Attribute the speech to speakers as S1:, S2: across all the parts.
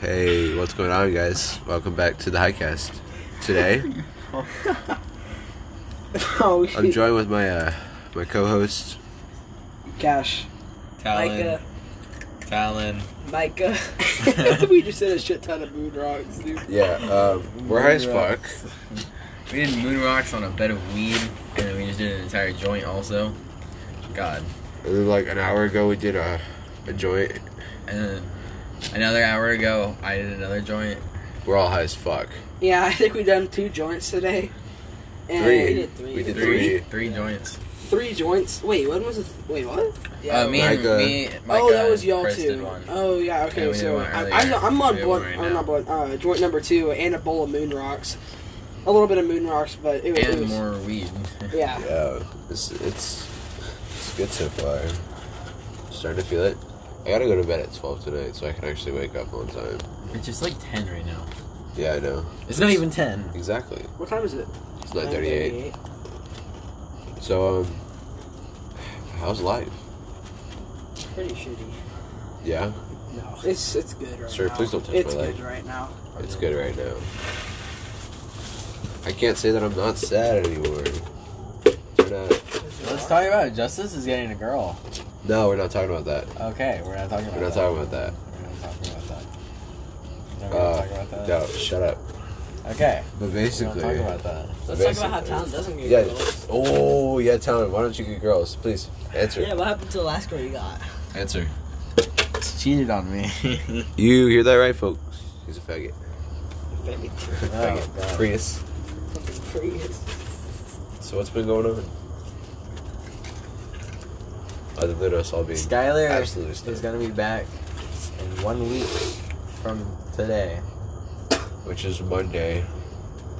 S1: Hey, what's going on, guys? Welcome back to the Highcast. Today,
S2: Oh,
S1: I'm
S2: shit.
S1: joined with my uh, my co-host.
S2: Gosh.
S3: Talon.
S4: Micah.
S3: Talon.
S4: Micah.
S2: we just said a shit ton of moon rocks, dude.
S1: Yeah, um, we're high as fuck.
S3: We did moon rocks on a bed of weed, and then we just did an entire joint also. God.
S1: And then, like an hour ago, we did a a joint.
S3: And then Uh, another hour ago, I did another joint.
S1: We're all high as fuck.
S2: Yeah, I think we done two joints today. And
S1: Three.
S2: We did
S1: We did three.
S3: Three. Three joints.
S2: three joints. Wait, when was it? Wait, what?
S3: Uh, me and
S1: Micah.
S3: me. Micah
S2: oh, that was
S3: and
S2: y'all
S3: Chris did
S2: too.
S3: one.
S2: Oh yeah, okay.
S3: Yeah, we did
S2: so
S3: one
S2: I,
S3: earlier.
S2: I, I'm on
S3: We have
S2: one.
S3: one right
S2: I'm
S3: now.
S2: on one. Uh, joint number two and a bowl of moon rocks. A little bit of moon rocks, but it was. it
S3: And
S2: was-
S3: more weed.
S2: Yeah.
S1: Yeah, it's it's it's good so far. Starting to feel it. I gotta go to bed at twelve tonight, so I can actually wake up on time.
S3: It's just like 10 right now.
S1: Yeah, I know
S3: It's not even 10.
S1: exactly.
S2: What time is it?
S1: It's not thirty-eight. So, um, how's life?
S4: Pretty shitty.
S1: Yeah,
S2: No, it's it's good right
S1: Sir,
S2: now.
S1: please don't touch
S2: It's
S1: my leg.
S2: good right now.
S1: it's good right now. I can't say that I'm not sad anymore. We're not.
S3: Let's talk about it. Justice is getting a girl.
S1: No, we're not talking about that.
S3: Okay, we're not talking about
S1: We're not
S3: that.
S1: talking about that.
S3: We're not talking about that. We're not
S1: Uh,
S3: talking about that.
S1: no, shut up.
S3: Okay.
S1: But
S3: we don't
S1: basically,
S3: talk about that.
S4: Let's talk about how Tom doesn't get
S1: yeah.
S4: girls.
S1: Oh yeah, Talon. Why don't you get girls, please? Answer.
S4: Yeah, what happened to the last girl you got?
S1: Answer.
S3: She cheated on me.
S1: You hear that right, folks? He's a faggot.
S4: Baby.
S3: Oh, God.
S1: Prius.
S4: Prius.
S1: So what's been going on? Other than us all being
S3: Skylar
S1: Absolutely
S3: is
S1: stoked.
S3: going to be back in one week from today.
S1: which is Monday,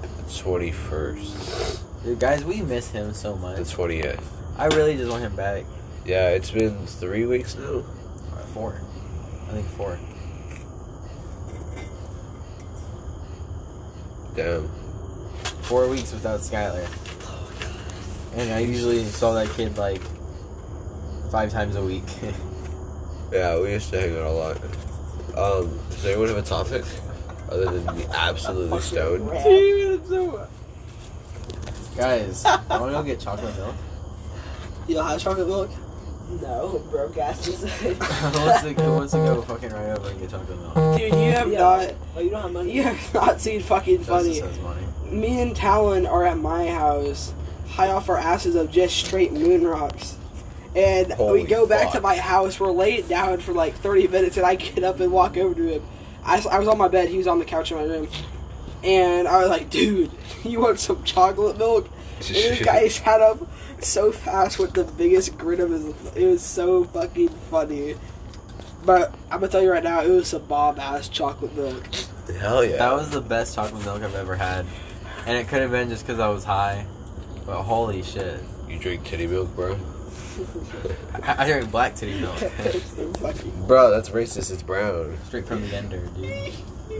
S1: the twenty first,
S3: Dude, guys, we miss him so much.
S1: the twentieth.
S3: I really just want him back.
S1: Yeah, it's been three weeks now.
S3: Or Four. I think four.
S1: Damn.
S3: Four weeks without Skylar. And I usually saw that kid like five times a week.
S1: Yeah, we used to hang out a lot. Um, does anyone have a topic other than the absolutely stoned?
S2: Dude, it's so.
S3: guys, I want to go get chocolate milk.
S2: You don't have chocolate milk?
S4: No, broke ass design.
S3: who, wants to, who wants to go fucking right over and get chocolate milk?
S2: Dude, you have
S4: Yeah.
S2: not.
S4: Oh, you don't have money?
S2: You have not seen fucking
S3: Justice
S2: funny.
S3: has money.
S2: Me and Talon are at my house, high off our asses of just straight moon rocks. And
S1: Holy
S2: we go back
S1: fuck.
S2: to my house, we're laying down for like 30 minutes, and I get up and walk over to him. I, s- I was on my bed, he was on the couch in my room. And I was like, dude, you want some chocolate milk? And this guy sat up so fast with the biggest grin of his. It was so fucking funny. But I'm gonna tell you right now, it was some bomb ass chocolate milk.
S1: Hell yeah.
S3: That was the best chocolate milk I've ever had. And it could have been just because I was high. But holy shit.
S1: you drink titty milk, bro?
S3: I, I drank black titty milk.
S2: So fucking-
S1: Bro, that's racist. It's brown.
S3: Straight from the vendor, dude.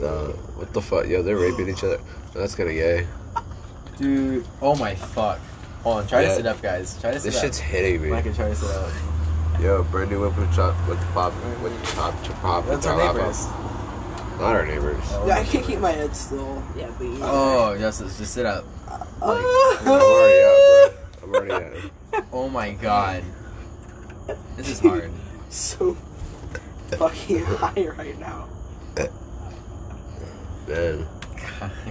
S1: No, what the fuck? Yo, they're raping each other. No, that's kind of gay.
S3: Dude. Oh my fuck. Hold on, try
S1: Yeah.
S3: to sit up, guys. Try to sit
S1: This
S3: up.
S1: shit's hitting me.
S3: Micah, try to sit up.
S1: Yo, brand new whip with chop with pop with chop chop pop.
S3: That's
S1: chop,
S3: our
S1: pop,
S3: neighbors.
S1: pop. Not our neighbors.
S2: Yeah, I can't keep my head still. Uh,
S4: Yeah, but you.
S3: Oh, Justice, just sit up.
S1: I'm already out, bro. I'm already out.
S3: Oh my god. This is hard.
S2: so fucking high right now.
S1: Man,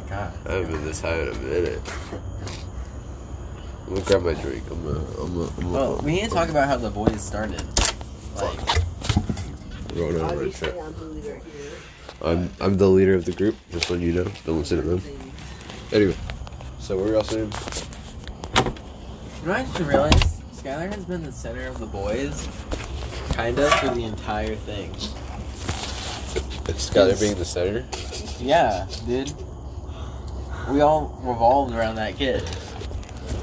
S3: God.
S1: I haven't been this high in a minute. I'm gonna grab my drink. I'm gonna. I'm gonna. I'm gonna
S3: Well, Oh, we need to talk about how the boys started. Like,
S1: Going on my
S4: Obviously,
S1: trip.
S4: I'm the leader here.
S1: I'm I'm the leader of the group. Just letting you know. Don't listen to them. Anyway, so what were y'all saying?
S3: you know, what I just realized Skylar has been the center of the boys, kind of, for the entire thing.
S1: Skylar being the center.
S3: Yeah, dude. We all revolved around that kid.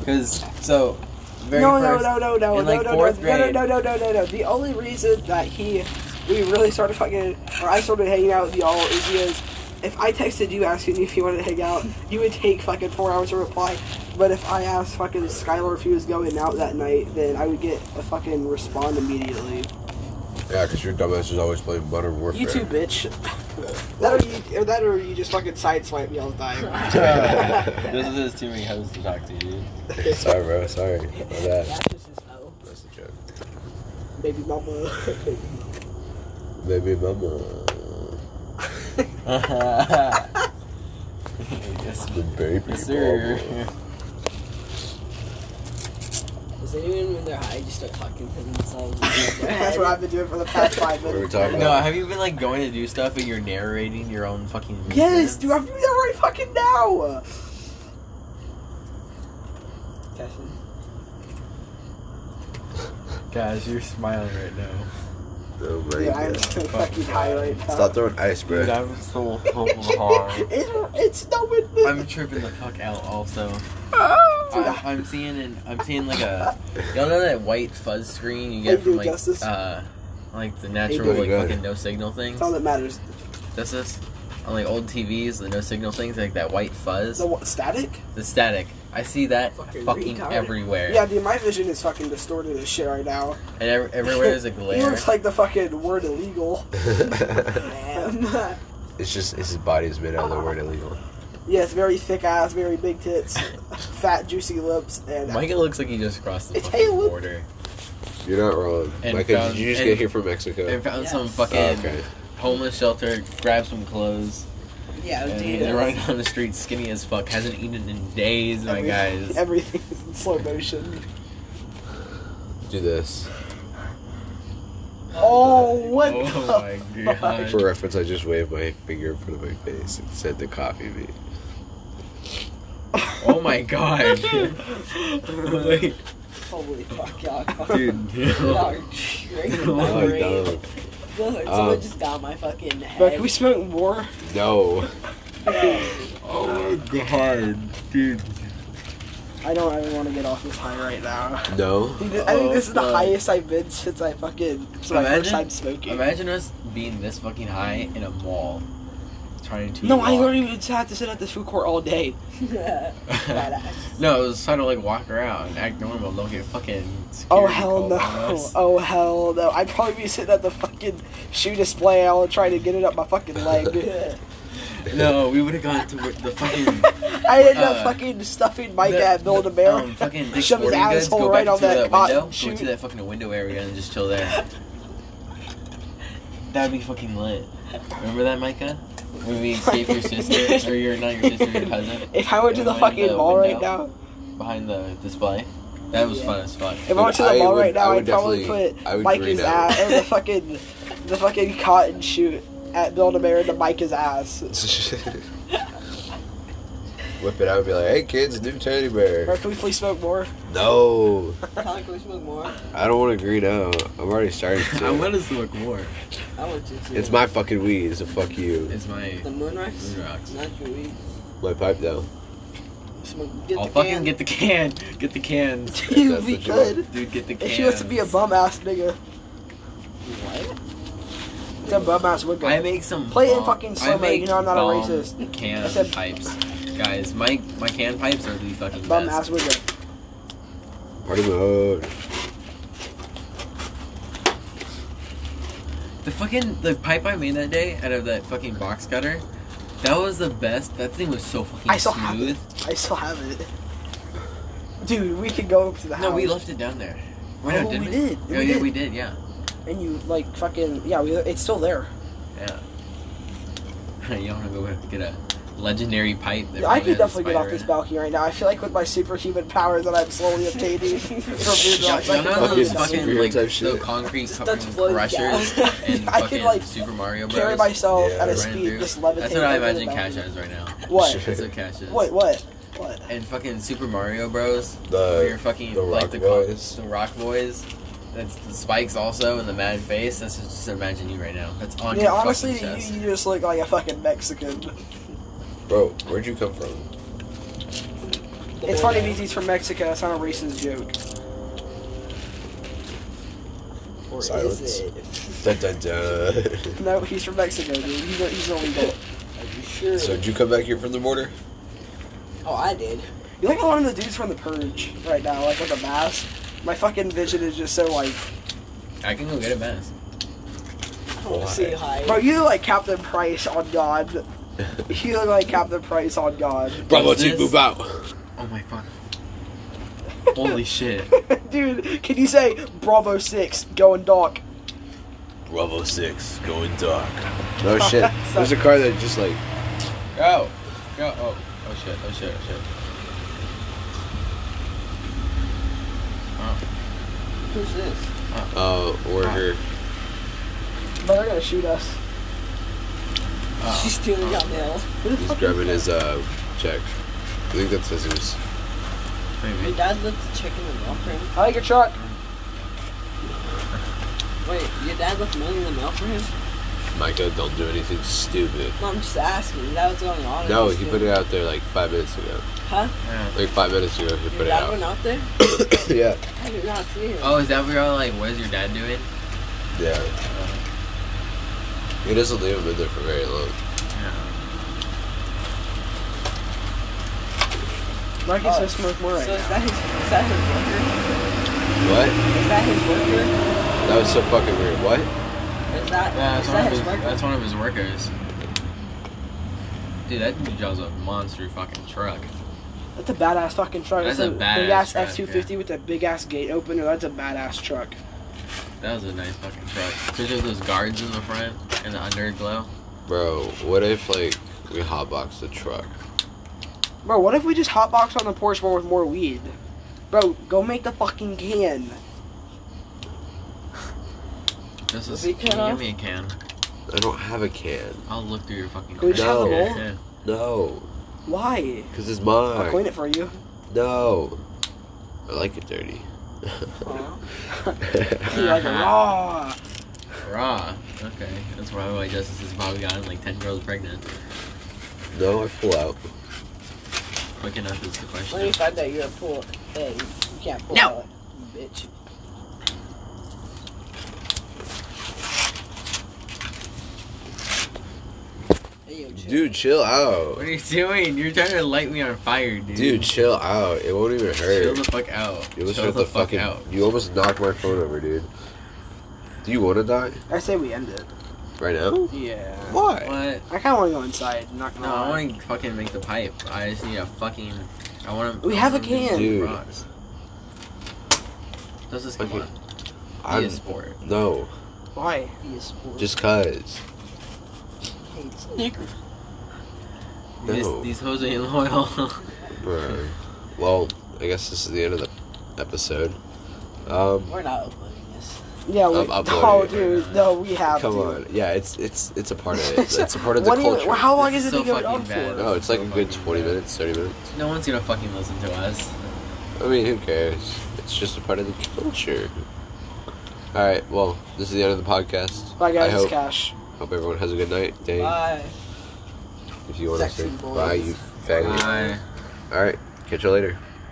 S3: Because, so, very
S2: No,
S3: first,
S2: no, no, no, no,
S3: in,
S2: no,
S3: like,
S2: no, no,
S3: fourth
S2: no,
S3: grade.
S2: no, no, no, no, no. The only reason that he, we really started fucking, or I started hanging out with y'all is because if I texted you asking you if you wanted to hang out, you would take fucking four hours to reply. But if I asked fucking Skylar if he was going out that night, then I would get a fucking respond immediately.
S1: Yeah, because your dumbass is always playing Modern Warfare.
S2: You too, bitch. That or you, or that or you just fucking sideswipe me all the time.
S3: This is just too many hoes to talk to, dude.
S1: sorry, bro. Sorry. My bad.
S4: That's just his hoe.
S1: That's a joke.
S2: Baby mama.
S1: Baby mama.
S3: yes,
S1: The baby
S3: yes, sir.
S1: mama.
S4: Does anyone when they're high just start talking to themselves?
S2: That's what I've been doing for the past five
S1: What are we
S2: minutes.
S1: talking
S3: No,
S1: about?
S3: have you been like going to do stuff and you're narrating your own fucking?
S2: Yes,
S3: movements?
S2: dude, I'm doing that right fucking now.
S3: Guys, you're smiling right now.
S1: Oh my
S2: Yeah, I'm
S1: God.
S2: so fucking high right now.
S1: Stop throwing ice, bro.
S3: Dude, I'm so fucking hard.
S2: it's, it's snowing. man.
S3: I'm tripping the fuck out. Also,
S2: Dude,
S3: I'm, I'm seeing an I'm seeing like a y'all know that white fuzz screen
S2: How
S3: you
S2: you
S3: get from
S2: doing,
S3: like
S2: Justice?
S3: uh like the
S2: How
S3: natural
S2: you
S1: doing,
S3: like
S1: good?
S3: fucking no signal things.
S2: That's all that matters.
S3: Justice on like old TVs the no signal things like that white fuzz
S2: The what, static?
S3: the static. I see that
S4: Fucking
S3: fucking,
S4: retarded.
S3: everywhere
S2: Yeah, dude, my vision is fucking distorted as shit right now.
S3: and ev- everywhere is a
S2: He
S3: glare.
S2: looks like the fucking word illegal. Um,
S1: it's just it's his body is made out of the word illegal.
S2: yes, very thick eyes, very big tits, fat, juicy lips, and
S3: Michael looks like he just crossed the
S2: It's
S3: fucking
S2: Halo.
S3: border
S1: You're not wrong.
S3: And
S1: Micah,
S3: found-
S1: did you just
S3: and-
S1: get here from Mexico?
S3: and found some
S4: Yes.
S1: Oh,
S3: fucking
S1: okay.
S3: homeless shelter, grabbed some clothes.
S4: yeah,
S3: And
S4: dude.
S3: they're running down the street skinny as fuck. Hasn't eaten in days, my
S2: every-
S3: guys.
S2: Everything is in slow motion.
S1: Do this.
S2: Oh, what
S3: oh
S2: the
S3: my god.
S1: For reference, I just waved my finger in front of my face and said to coffee me.
S3: Oh my god. Wait,
S4: Holy fuck, y'all.
S3: dude.
S4: Y'all
S3: no.
S4: are drinking
S3: Oh
S4: my
S1: Oh,
S4: brain.
S1: no.
S4: Feel like someone
S1: Um,
S4: just got my fucking head.
S2: Bro, can we smoke more?
S1: No.
S3: Oh my god, dude.
S2: I don't even want to get off this high right now.
S1: No.
S2: Dude, I think
S3: Oh,
S2: this is the
S3: fuck.
S2: highest I've been since I fucking since my first
S3: Imagine-
S2: time smoking.
S3: Imagine us being this fucking high in a mall trying to.
S2: No, I
S3: walk.
S2: literally would have to sit at this food court all day.
S4: Badass.
S3: no, it was trying to like walk around and act normal. Don't get fucking.
S2: Oh
S3: security
S2: hell
S3: calls
S2: no!
S3: on us.
S2: Oh hell no! I'd probably be sitting at the fucking shoe display all trying to get it up my fucking leg.
S3: No, we would have gone to the fucking.
S2: I ended up
S3: Uh,
S2: fucking stuffing Mike
S3: The-
S2: at Bill
S3: the,
S2: de Bear.
S3: Um, fucking Dick's
S2: shove his
S3: Sporting Goods,
S2: asshole
S3: go
S2: right
S3: back
S2: on
S3: to
S2: that
S3: window,
S2: cotton
S3: go
S2: shoot.
S3: to that fucking window area and just chill there. That'd be fucking lit. Remember that, Micah? When we escaped your sister, or your not your sister, your cousin,
S2: If I went to
S3: Yeah,
S2: the
S3: right
S2: fucking
S3: in the
S2: mall right
S3: window.
S2: now,
S3: behind the display. That was
S4: Yeah.
S3: fun as fuck.
S2: if I went to the
S1: I
S2: mall
S1: would-
S2: right now,
S1: I would
S2: I'd probably
S1: definitely-
S2: put
S1: I would
S2: Mike's
S1: green out.
S2: ass or the fucking the fucking cotton shoot at Bill de Bear into Mike's ass.
S1: Whip it out and be like, hey kids, new teddy
S2: Or
S1: bear.
S2: can we please smoke more?
S1: No.
S4: Colin, can we smoke more?
S1: I don't want to green out. I'm already starting to.
S3: I want us to look more.
S4: I want you to.
S1: It's my fucking weed, so fuck you.
S3: It's my
S4: The moon rocks?
S3: moon rocks.
S4: Not your weed.
S1: My pipe though.
S4: Smoke. Get
S3: I'll
S4: the
S3: fucking
S4: can.
S3: get the can. Get the cans.
S2: You'd
S1: that's
S2: be
S1: the joke.
S2: good.
S3: Dude, get the can.
S2: If she wants to be a bum ass nigga,
S4: What?
S2: it's a bum ass wood
S3: I
S2: guy.
S3: make some.
S2: Play it in
S3: bomb-
S2: fucking slow-mo,
S3: I make
S2: you know I'm not a
S3: bomb
S2: racist.
S3: Can
S2: I said-
S3: pipes, guys. My my can pipes are the fucking
S2: Bum
S3: best.
S2: ass wood guy.
S1: Party mode.
S3: The fucking the pipe I made that day out of that fucking box cutter, that was the best. That thing was so fucking
S2: I still have
S3: smooth.
S2: I still have it. Dude, we could go up to the house.
S3: No, we left it down there. Why
S2: Oh,
S3: not?
S2: we
S3: Didn't we?
S2: did.
S3: Yeah,
S2: We
S3: yeah,
S2: did.
S3: we did. Yeah,
S2: And you like fucking yeah, we, it's still there.
S3: yeah. you want to go get a legendary pipe? that
S2: I
S3: probably
S2: could
S3: has a
S2: definitely get
S3: spider
S2: off
S3: in
S2: this
S3: it.
S2: balcony right now. I feel like with my superhuman powers that I'm slowly obtaining from Moon
S3: Y'all-
S2: Rocks, I
S3: y'all
S1: fucking
S2: could
S3: know those
S2: probably
S3: fucking
S1: superhero
S3: like
S1: type
S3: the
S1: shit.
S3: concrete
S4: Just touch
S3: fucking
S4: floating
S3: crushers
S4: gas.
S3: and
S2: I could,
S3: fucking
S2: like,
S3: Super Mario Bros.
S2: carry myself
S1: Yeah,
S2: at a
S1: right
S2: speed
S3: through.
S2: just levitating.
S3: That's what I
S2: over the
S3: imagine Cash
S2: balcony.
S3: as right now.
S2: What?
S3: That's what Cash is.
S2: Wait, what? What?
S3: And fucking Super Mario Bros. where you're
S1: The
S3: fucking
S1: the
S3: like
S1: Rock
S3: the co-
S1: Boys.
S3: the Rock Boys. That's the spikes also and the mad face. That's just, just imagine you right now. That's on
S2: Yeah,
S3: your
S2: honestly,
S3: fucking chest.
S2: you, you just look like a fucking Mexican.
S1: Bro, where'd you come from?
S2: It's funny because he's from Mexico. It's not a racist joke.
S4: Or
S1: Silence.
S4: Is
S1: Dun
S4: it?
S1: dun dun.
S2: No, he's from Mexico, dude. He's, a, he's an illegal.
S4: Are you sure?
S1: so did you come back here from the border?
S4: oh, I did.
S2: You're like a lot of the dudes from The Purge right now, like with the mask. My fucking vision is just so like
S3: I can go get a mask.
S4: I want to see high.
S2: Bro, you look like Captain Price on God. You look like Captain Price on God.
S1: Bravo
S3: Is
S1: team,
S3: this-
S1: move out.
S3: Oh my fuck. Holy shit.
S2: Dude, can you say Bravo 6 going dark?
S1: Bravo six, going dark. No shit. There's a car that just like
S3: Go. Go. Oh. Oh shit. Oh shit. Oh shit.
S4: Who's this?
S1: uh worker.
S2: Bro, they're gonna shoot us.
S1: Uh.
S4: She's stealing out mail.
S2: Who the
S1: He's
S2: fuck-
S1: grabbing his uh check. I think that's scissors.
S4: My
S3: Maybe.
S4: dad left the check in the mail for him.
S2: I like your truck.
S4: Wait, your dad left money in the mail for him?
S1: Micah, don't do anything stupid.
S4: No, I'm just asking. That was going on.
S1: No, he put it out there like five minutes ago.
S4: Huh?
S3: Yeah.
S1: Like five minutes ago, he
S4: Your
S1: put it
S4: dad went
S1: out.
S4: out there?
S1: yeah.
S4: I did not see him.
S3: Oh, is that where all like, what is your dad doing?
S1: Yeah. He doesn't leave him in there for very long.
S2: Marcus has smoke more
S4: so
S2: right
S4: is
S2: now.
S4: that his? Is that his worker?
S1: What?
S4: Is that his worker?
S1: That was so fucking weird. What?
S4: Is that?
S3: Yeah, that's
S4: is
S3: one,
S4: that
S3: of
S4: his
S3: his,
S4: worker?
S3: that's one of his workers. Dude, that dude drives a monster fucking truck.
S2: That's a badass fucking truck.
S3: That's
S2: That's,
S3: a
S2: a,
S3: badass
S2: big ass
S3: truck,
S2: F two fifty with that big ass gate opener. That's a badass truck.
S3: That was a nice fucking truck. Especially with those guards in the front and the underglow.
S1: Bro, what if like we hotbox the truck?
S2: Bro, what if we just hotbox on the porch more with more weed? Bro, go make the fucking can.
S3: This
S4: Was
S3: is.
S4: he
S3: Can you
S4: cut
S3: give me a can?
S1: I don't have a can.
S3: I'll look through your fucking.
S2: Can we
S3: crate.
S1: just have a
S3: Yeah,
S2: roll?
S3: yeah.
S1: No,
S2: Why?
S1: cause it's
S2: I'll
S1: mine.
S2: clean it for you.
S1: No, I like it dirty.
S4: Oh.
S2: You're like raw.
S3: Raw. Okay. That's probably why Justice has probably gotten like 10 girls pregnant.
S1: no, I pull out.
S3: Quick enough is the
S4: Let me
S3: question.
S4: find out you're a pool. Hey, you can't pull
S3: No.
S4: out, bitch. Hey, yo, chill.
S1: Dude, chill
S3: What
S1: out.
S3: are you doing? You're trying to light me on fire, dude.
S1: Dude, chill out. It won't even
S3: chill
S1: hurt.
S3: the fuck out.
S1: You
S3: chill
S1: almost shut the, fuck
S3: fucking
S1: out. You almost knocked my phone over, dude. Do you want to die
S2: I say we end it.
S1: right now?
S2: Yeah.
S1: Why?
S3: What?
S2: I kind of want to go inside. Not gonna
S3: No, I
S2: lie.
S3: want to fucking make the pipe. I just need a fucking. I want to.
S2: We have a can.
S1: Dude.
S3: Rocks. Justice, come
S1: Okay.
S3: on. Be
S1: I'm
S3: a sport.
S1: no.
S2: Why?
S4: He is sport.
S1: Just cause.
S4: hates Snickers.
S1: No.
S3: These, these hoes ain't loyal.
S1: Bro. Well, I guess this is the end of the episode. Um,
S4: We're not uploading this.
S2: Yeah. We,
S1: I'm- I'm
S2: oh,
S1: voting it
S2: dude. No, we have
S1: come
S2: to.
S1: on. Yeah, it's it's it's a part of it. It's a part of the
S2: what do you-
S1: culture. Uh,
S2: how long
S3: It's
S2: is it
S3: so
S2: been going
S3: fucking
S2: on
S3: bad.
S2: for?
S1: no, it's like a good
S3: Fucking
S1: twenty
S3: bad.
S1: minutes, thirty minutes.
S3: no one's gonna fucking listen to us.
S1: I mean, who cares? It's just a part of the culture. All right. Well, this is the end of the podcast.
S2: Bye
S1: I
S2: guys, it's
S1: hope,
S2: Cash.
S1: hope everyone has a good night, day.
S4: Bye.
S1: if you want to
S4: Sexy
S1: say
S4: boys.
S1: bye, you faggot.
S3: Bye.
S1: All right. Catch you later.